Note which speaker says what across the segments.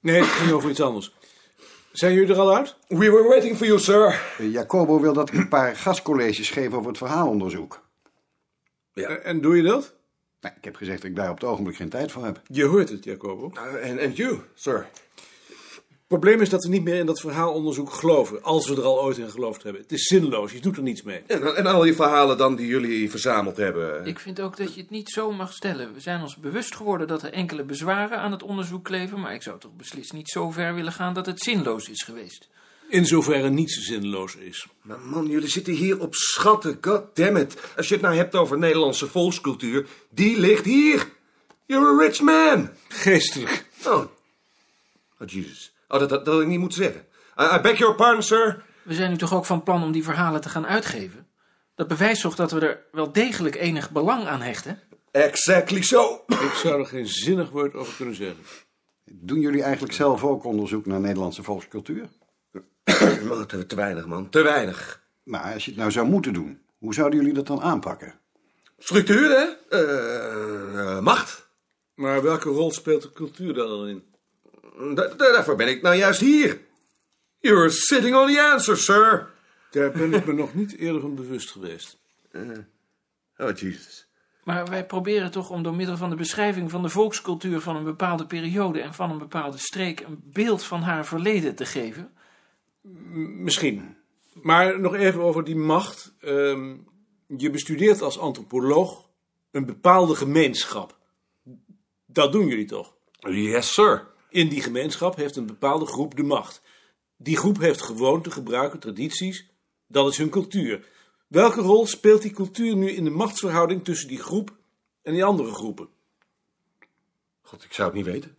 Speaker 1: Nee, het ging over iets anders. Zijn jullie er al uit?
Speaker 2: We were waiting for you, sir.
Speaker 3: Jacobo wil dat ik een paar gastcolleges geef over het verhaalonderzoek.
Speaker 2: Ja.
Speaker 1: En, en doe je dat?
Speaker 3: Nou, ik heb gezegd dat ik daar op het ogenblik geen tijd voor heb.
Speaker 1: Je hoort het, Jacobo.
Speaker 2: En and you, sir.
Speaker 1: Het probleem is dat we niet meer in dat verhaalonderzoek geloven. Als we er al ooit in geloofd hebben. Het is zinloos, je doet er niets mee.
Speaker 2: En, en al die verhalen dan die jullie verzameld hebben.
Speaker 4: Ik vind ook dat je het niet zo mag stellen. We zijn ons bewust geworden dat er enkele bezwaren aan het onderzoek kleven, maar ik zou toch beslist niet zo ver willen gaan dat het zinloos is geweest.
Speaker 1: In zoverre niets zinloos is.
Speaker 2: Maar man, jullie zitten hier op schatten, goddammit. Als je het nou hebt over Nederlandse volkscultuur, die ligt hier. You're a rich man.
Speaker 1: Geestelijk.
Speaker 2: Oh, oh Jesus. Oh, dat, dat, dat had ik niet moeten zeggen. I, I beg your pardon, sir.
Speaker 4: We zijn nu toch ook van plan om die verhalen te gaan uitgeven? Dat bewijst toch dat we er wel degelijk enig belang aan hechten?
Speaker 2: Exactly so.
Speaker 1: Ik zou er geen zinnig woord over kunnen zeggen.
Speaker 3: Doen jullie eigenlijk zelf ook onderzoek naar Nederlandse volkscultuur?
Speaker 2: Maar te, te weinig, man. Te weinig.
Speaker 3: Maar als je het nou zou moeten doen, hoe zouden jullie dat dan aanpakken?
Speaker 2: Structuur, hè? Eh, eh, macht.
Speaker 1: Maar welke rol speelt de cultuur daar dan in?
Speaker 2: Da- da- daarvoor ben ik nou juist hier. You're sitting on the answer, sir.
Speaker 1: Daar ben ik me nog niet eerder van bewust geweest.
Speaker 2: Oh, Jesus.
Speaker 4: Maar wij proberen toch om door middel van de beschrijving van de volkscultuur van een bepaalde periode en van een bepaalde streek een beeld van haar verleden te geven.
Speaker 1: Misschien. Maar nog even over die macht. Ehm, je bestudeert als antropoloog een bepaalde gemeenschap. Dat doen jullie toch?
Speaker 2: Yes, sir.
Speaker 1: In die gemeenschap heeft een bepaalde groep de macht. Die groep heeft gewoonten, gebruiken, tradities. Dat is hun cultuur. Welke rol speelt die cultuur nu in de machtsverhouding tussen die groep en die andere groepen?
Speaker 2: God, ik zou het niet weten.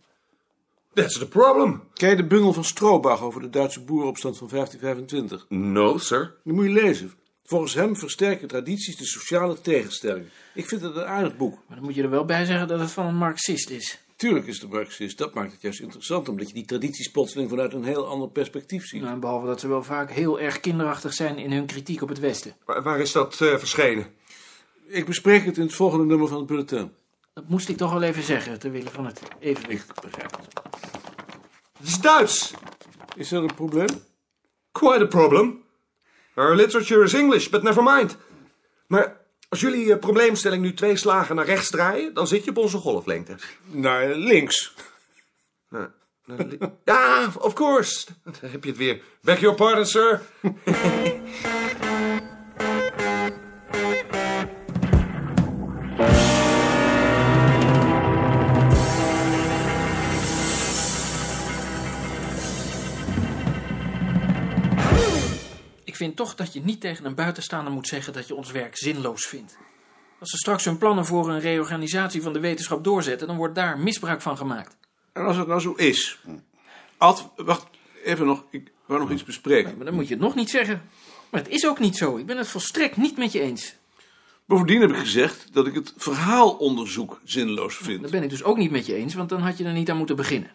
Speaker 2: That's the problem.
Speaker 1: Ken je de bundel van Stroobach over de Duitse boerenopstand van 1525?
Speaker 2: No, sir.
Speaker 1: Die moet je lezen. Volgens hem versterken tradities de sociale tegenstelling. Ik vind het een aardig boek.
Speaker 4: Maar dan moet je er wel bij zeggen dat het van een marxist is.
Speaker 1: Tuurlijk is de Marxist, dat maakt het juist interessant, omdat je die tradities plotseling vanuit een heel ander perspectief ziet.
Speaker 4: Nou, en behalve dat ze wel vaak heel erg kinderachtig zijn in hun kritiek op het Westen.
Speaker 2: Waar, waar is dat eh, verschenen?
Speaker 1: Ik bespreek het in het volgende nummer van het bulletin.
Speaker 4: Dat moest ik toch wel even zeggen, ter wille van het evenwicht.
Speaker 1: Ik begrijp het.
Speaker 2: Het is Duits.
Speaker 1: Is dat een probleem?
Speaker 2: Quite a problem. Our literature is English, but never mind. Maar als jullie je probleemstelling nu twee slagen naar rechts draaien, dan zit je op onze golflengte.
Speaker 1: Naar links.
Speaker 2: Nou, nou, li- ja, of course. Dan heb je het weer. Beg your pardon, sir.
Speaker 4: Ik vind toch dat je niet tegen een buitenstaander moet zeggen dat je ons werk zinloos vindt. Als ze straks hun plannen voor een reorganisatie van de wetenschap doorzetten, dan wordt daar misbruik van gemaakt.
Speaker 1: En als het nou zo is. Ad, wacht, even nog. Ik wou nog iets bespreken.
Speaker 4: Maar dan moet je het nog niet zeggen. Maar het is ook niet zo. Ik ben het volstrekt niet met je eens.
Speaker 1: Bovendien heb ik gezegd dat ik het verhaalonderzoek zinloos
Speaker 4: Dat
Speaker 1: vind.
Speaker 4: ben ik dus ook niet met je eens, want dan had je er niet aan moeten beginnen.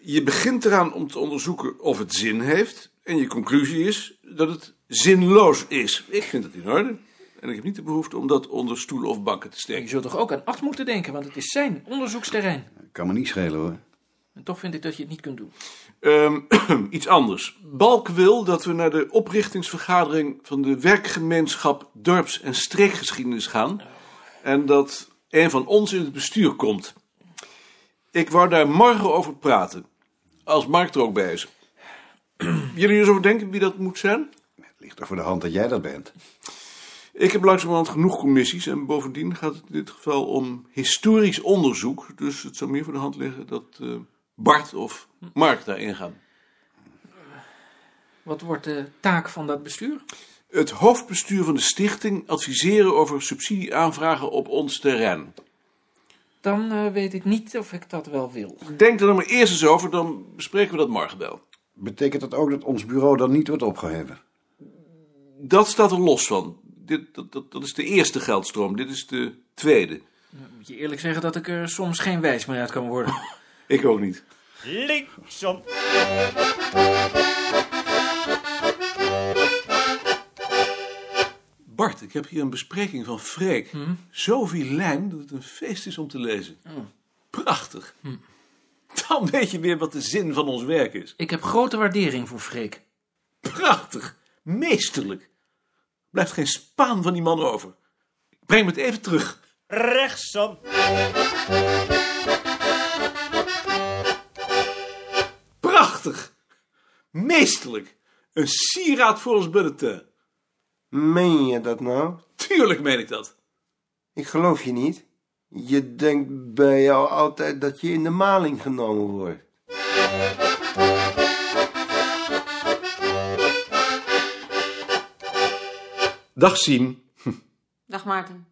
Speaker 1: Je begint eraan om te onderzoeken of het zin heeft. En je conclusie is dat het zinloos is. Ik vind dat in orde. En ik heb niet de behoefte om dat onder stoelen of banken te
Speaker 4: Je
Speaker 1: steken.
Speaker 4: zult toch ook aan Ad moeten denken, want het is zijn onderzoeksterrein.
Speaker 3: Kan me niet schelen hoor.
Speaker 4: En toch vind ik dat je het niet kunt doen.
Speaker 1: Ehm, iets anders. Balk wil dat we naar de oprichtingsvergadering van de werkgemeenschap dorps- en streekgeschiedenis gaan. En dat een van ons in het bestuur komt. Ik wou daar morgen over praten. Als Mark er ook bij is. Jullie eens over denken wie dat moet zijn?
Speaker 3: Ligt er voor de hand dat jij dat bent.
Speaker 1: Ik heb langzamerhand genoeg commissies en bovendien gaat het in dit geval om historisch onderzoek. Dus het zou meer voor de hand liggen dat eh, Bart of Mark daarin gaan.
Speaker 4: Wat wordt de taak van dat bestuur?
Speaker 1: Het hoofdbestuur van de stichting adviseren over subsidieaanvragen op ons terrein.
Speaker 4: Dan eh, weet ik niet of ik dat wel wil.
Speaker 1: Denk er dan maar eerst eens over, dan bespreken we dat morgen wel.
Speaker 3: Betekent dat ook dat ons bureau dan niet wordt opgeheven?
Speaker 1: Dat staat er los van. Dit, dat, dat, dat is de eerste geldstroom, dit is de tweede.
Speaker 4: Moet je eerlijk zeggen dat ik er soms geen wijs meer uit kan worden.
Speaker 1: Ik ook niet.
Speaker 5: linksom,
Speaker 1: Bart, ik heb hier een bespreking van Freek. Zo vilijn dat het een feest is om te lezen. Prachtig. Dan weet je weer wat de zin van ons werk is.
Speaker 4: Ik heb grote waardering voor Freek.
Speaker 1: Prachtig. Meesterlijk. Blijft geen spaan van die man over. Ik breng me het even terug.
Speaker 5: rechtsom.
Speaker 1: Prachtig. Meesterlijk. Een sieraad voor ons bulletin.
Speaker 6: Meen je dat nou?
Speaker 1: Tuurlijk meen ik dat.
Speaker 6: Ik geloof je niet. Je denkt bij jou altijd dat je in de maling genomen wordt.
Speaker 1: Dag Sien.
Speaker 7: Dag Maarten.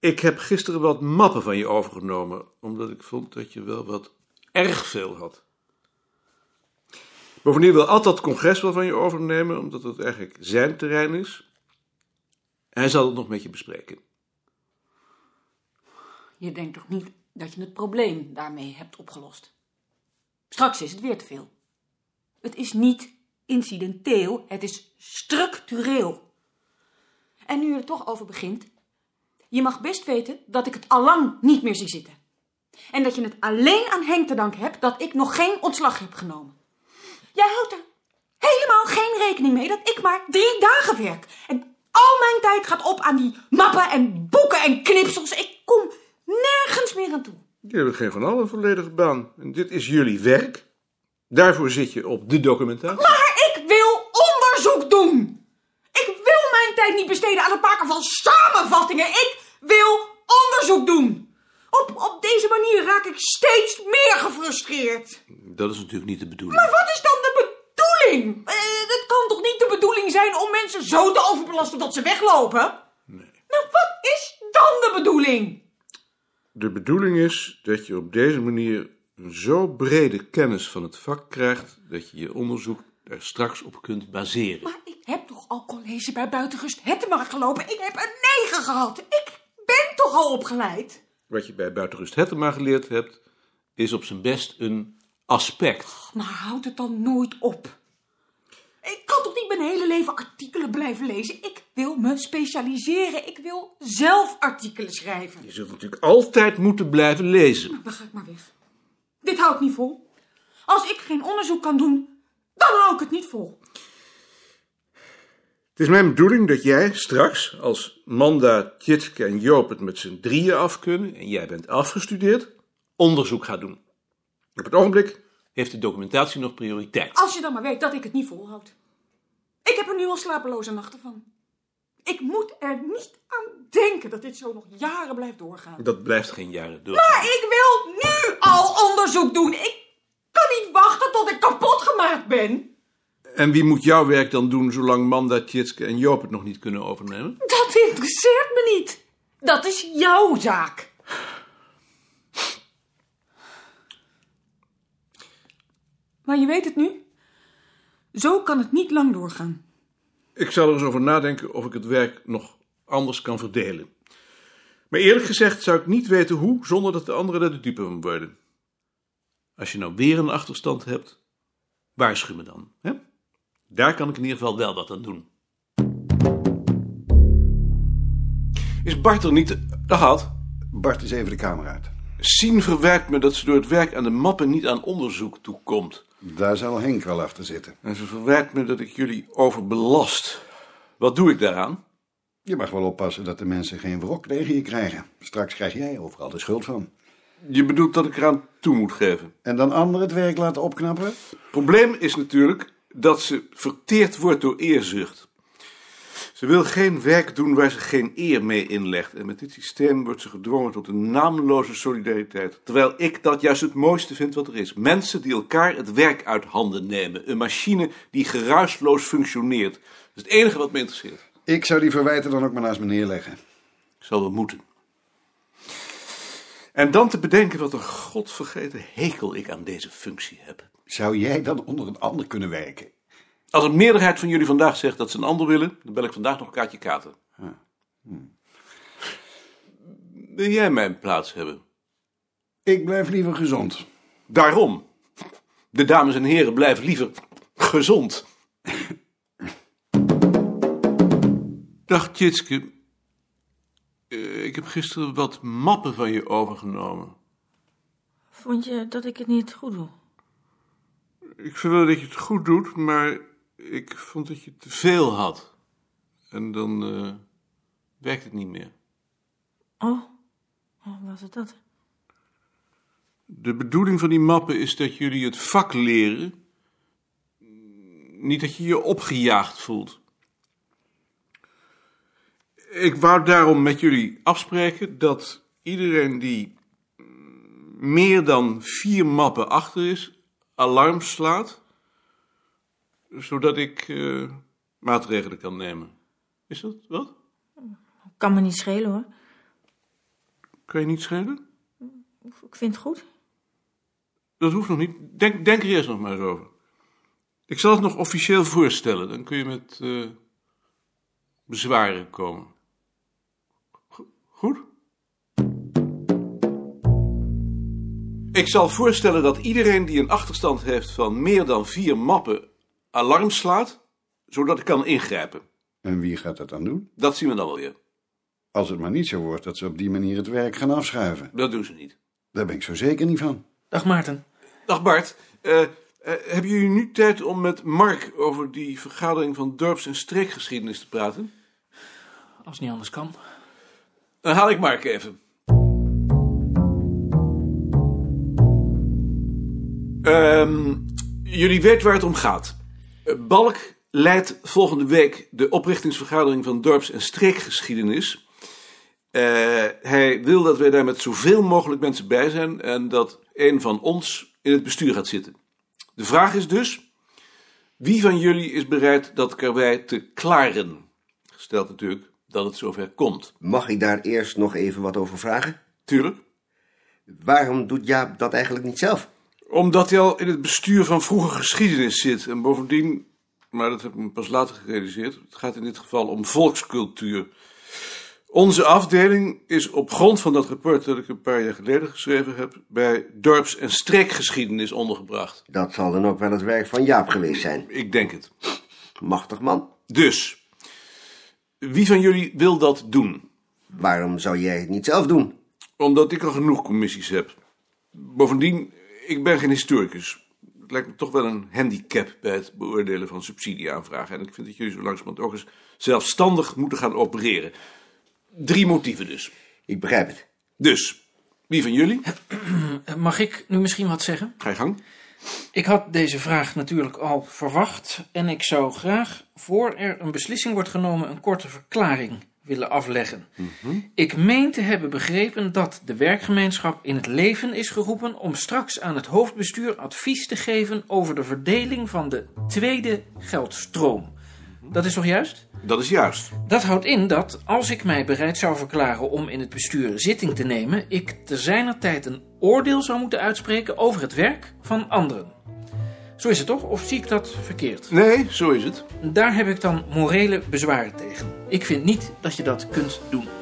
Speaker 1: Ik heb gisteren wat mappen van je overgenomen, omdat ik vond dat je wel wat erg veel had. Bovendien wil Ad dat congres wel van je overnemen, omdat het eigenlijk zijn terrein is. Hij zal het nog met je bespreken.
Speaker 7: Je denkt toch niet dat je het probleem daarmee hebt opgelost? Straks is het weer te veel. Het is niet incidenteel, het is structureel. En nu je er toch over begint, je mag best weten dat ik het allang niet meer zie zitten. En dat je het alleen aan Henk te danken hebt dat ik nog geen ontslag heb genomen. Jij houdt er helemaal geen rekening mee dat ik maar drie dagen werk. En al mijn tijd gaat op aan die mappen en boeken en knipsels. Ik kom nergens meer aan toe.
Speaker 1: Je hebt geen van allen volledige baan. En dit is jullie werk. Daarvoor zit je op de documentatie.
Speaker 7: Maar ik wil onderzoek doen. Ik wil mijn tijd niet besteden aan het maken van samenvattingen. Ik wil onderzoek doen. Op, op deze manier raak ik steeds meer gefrustreerd.
Speaker 1: Dat is natuurlijk niet de bedoeling.
Speaker 7: Maar wat is dan de bedoeling? Eh, Het dat kan toch niet de bedoeling zijn om mensen zo te overbelasten dat ze weglopen? Nee. Nou, wat is dan de bedoeling?
Speaker 1: De bedoeling is dat je op deze manier een zo brede kennis van het vak krijgt dat je je onderzoek daar straks op kunt baseren.
Speaker 7: Maar ik heb toch al college bij Buitengust Hettema gelopen. Ik heb een negen gehad. Ik ben toch al opgeleid?
Speaker 1: Wat je bij Buitenrust Hettema geleerd hebt, is op zijn best een aspect.
Speaker 7: Maar houd het dan nooit op. Ik kan toch niet mijn hele leven artikelen blijven lezen? Ik wil me specialiseren. Ik wil zelf artikelen schrijven.
Speaker 1: Je zult natuurlijk altijd moeten blijven lezen.
Speaker 7: Dan ga ik maar weg. Dit hou ik niet vol. Als ik geen onderzoek kan doen, dan hou ik het niet vol.
Speaker 1: Het is mijn bedoeling dat jij straks, als Manda, Tjitske en Joop het met z'n drieën af kunnen en jij bent afgestudeerd, onderzoek gaat doen. Op het ogenblik heeft de documentatie nog prioriteit.
Speaker 7: Als je dan maar weet dat ik het niet volhoud. Ik heb er nu al slapeloze nachten van. Ik moet er niet aan denken dat dit zo nog jaren blijft doorgaan.
Speaker 1: Dat blijft geen jaren door.
Speaker 7: Maar ik wil nu al onderzoek doen. Ik kan niet wachten tot ik kapot gemaakt ben.
Speaker 1: En wie moet jouw werk dan doen zolang Manda, Tjitske en Joop het nog niet kunnen overnemen?
Speaker 7: Dat interesseert me niet. Dat is jouw zaak. Maar je weet het nu. Zo kan het niet lang doorgaan.
Speaker 1: Ik zal er eens over nadenken of ik het werk nog anders kan verdelen. Maar eerlijk gezegd zou ik niet weten hoe zonder dat de anderen er de dupe van worden. Als je nou weer een achterstand hebt, waarschuw me dan. Hè? Daar kan ik in ieder geval wel wat aan doen. Is Bart er niet? Dag had.
Speaker 3: Bart is even de kamer uit.
Speaker 1: Sien verwijt me dat ze door het werk aan de mappen niet aan onderzoek toekomt.
Speaker 3: Daar zal Henk wel achter zitten.
Speaker 1: En ze verwijt me dat ik jullie overbelast. Wat doe ik daaraan?
Speaker 3: Je mag wel oppassen dat de mensen geen wrok tegen je krijgen. Straks krijg jij overal de schuld van.
Speaker 1: Je bedoelt dat ik eraan toe moet geven.
Speaker 3: En dan anderen het werk laten opknappen?
Speaker 1: Probleem is natuurlijk dat ze verteerd wordt door eerzucht. Ze wil geen werk doen waar ze geen eer mee inlegt. En met dit systeem wordt ze gedwongen tot een naamloze solidariteit. Terwijl ik dat juist het mooiste vind wat er is. Mensen die elkaar het werk uit handen nemen. Een machine die geruisloos functioneert. Dat is het enige wat me interesseert.
Speaker 3: Ik zou die verwijten dan ook maar naast me neerleggen.
Speaker 1: Ik zal wel moeten. En dan te bedenken wat een godvergeten hekel ik aan deze functie heb.
Speaker 3: Zou jij dan onder een ander kunnen werken?
Speaker 1: Als een meerderheid van jullie vandaag zegt dat ze een ander willen, dan bel ik vandaag nog een kaartje katen. Wil jij mijn plaats hebben?
Speaker 3: Ik blijf liever gezond.
Speaker 1: Daarom. De dames en heren blijven liever gezond. Dag Tjitske. Eh, Ik heb gisteren wat mappen van je overgenomen.
Speaker 5: Vond je dat ik het niet goed doe?
Speaker 1: Ik vind wel dat je het goed doet, maar ik vond dat je te veel had. En dan eh, werkt het niet meer.
Speaker 5: Oh, oh was het dat?
Speaker 1: De bedoeling van die mappen is dat jullie het vak leren. Niet dat je je opgejaagd voelt. Ik wou daarom met jullie afspreken dat iedereen die mm, meer dan vier mappen achter is, alarm slaat. Zodat ik eh, maatregelen kan nemen. Is dat wat?
Speaker 5: Kan me niet schelen hoor.
Speaker 1: Kan je niet schelen?
Speaker 5: Ik vind het goed.
Speaker 1: Dat hoeft nog niet. Denk, denk er eerst nog maar eens over. Ik zal het nog officieel voorstellen. Dan kun je met eh, bezwaren komen. Go- Goed? Ik zal voorstellen dat iedereen die een achterstand heeft van meer dan vier mappen alarm slaat, zodat ik kan ingrijpen.
Speaker 3: En wie gaat dat dan doen?
Speaker 1: Dat zien we dan wel weer.
Speaker 3: Als het maar niet zo wordt dat ze op die manier het werk gaan afschuiven.
Speaker 1: Dat doen ze niet.
Speaker 3: Daar ben ik zo zeker niet van.
Speaker 4: Dag Maarten.
Speaker 1: Dag Bart. Eh, eh, hebben jullie nu tijd om met Mark over die vergadering van dorps- en streekgeschiedenis te praten?
Speaker 4: Als het niet anders kan.
Speaker 1: Dan haal ik Mark even. Ehm, jullie weten waar het om gaat. Eh, Balk leidt volgende week de oprichtingsvergadering van dorps- en streekgeschiedenis. Eh, hij wil dat wij daar met zoveel mogelijk mensen bij zijn en dat een van ons in het bestuur gaat zitten. De vraag is dus: wie van jullie is bereid dat karwei te klaren? Gesteld natuurlijk dat het zover komt.
Speaker 8: Mag ik daar eerst nog even wat over vragen?
Speaker 1: Tuurlijk.
Speaker 8: Waarom doet Jaap dat eigenlijk niet zelf?
Speaker 1: Omdat hij al in het bestuur van vroege geschiedenis zit. En bovendien, maar dat heb ik me pas later gerealiseerd, het gaat in dit geval om volkscultuur. Onze afdeling is op grond van dat rapport dat ik een paar jaar geleden geschreven heb, bij dorps- en streekgeschiedenis ondergebracht.
Speaker 8: Dat zal dan ook wel het werk van Jaap geweest zijn.
Speaker 1: Ik denk het.
Speaker 8: Machtig man.
Speaker 1: Dus, wie van jullie wil dat doen?
Speaker 8: Waarom zou jij het niet zelf doen?
Speaker 1: Omdat ik al genoeg commissies heb. Bovendien, ik ben geen historicus. Het lijkt me toch wel een handicap bij het beoordelen van subsidieaanvragen. En ik vind dat jullie zo langzamerhand ook eens zelfstandig moeten gaan opereren. Drie motieven dus.
Speaker 8: Ik begrijp het.
Speaker 1: Dus, wie van jullie?
Speaker 4: Eh, Mag ik nu misschien wat zeggen?
Speaker 1: Ga je gang.
Speaker 4: Ik had deze vraag natuurlijk al verwacht en ik zou graag, voor er een beslissing wordt genomen, een korte verklaring willen afleggen. Ik meen te hebben begrepen dat de werkgemeenschap in het leven is geroepen om straks aan het hoofdbestuur advies te geven over de verdeling van de tweede geldstroom. Dat is toch juist?
Speaker 1: Dat is juist.
Speaker 4: Dat houdt in dat, als ik mij bereid zou verklaren om in het bestuur zitting te nemen, ik te zijner tijd een oordeel zou moeten uitspreken over het werk van anderen. Zo is het toch, of zie ik dat verkeerd?
Speaker 1: Nee, zo is het.
Speaker 4: Daar heb ik dan morele bezwaren tegen. Ik vind niet dat je dat kunt doen.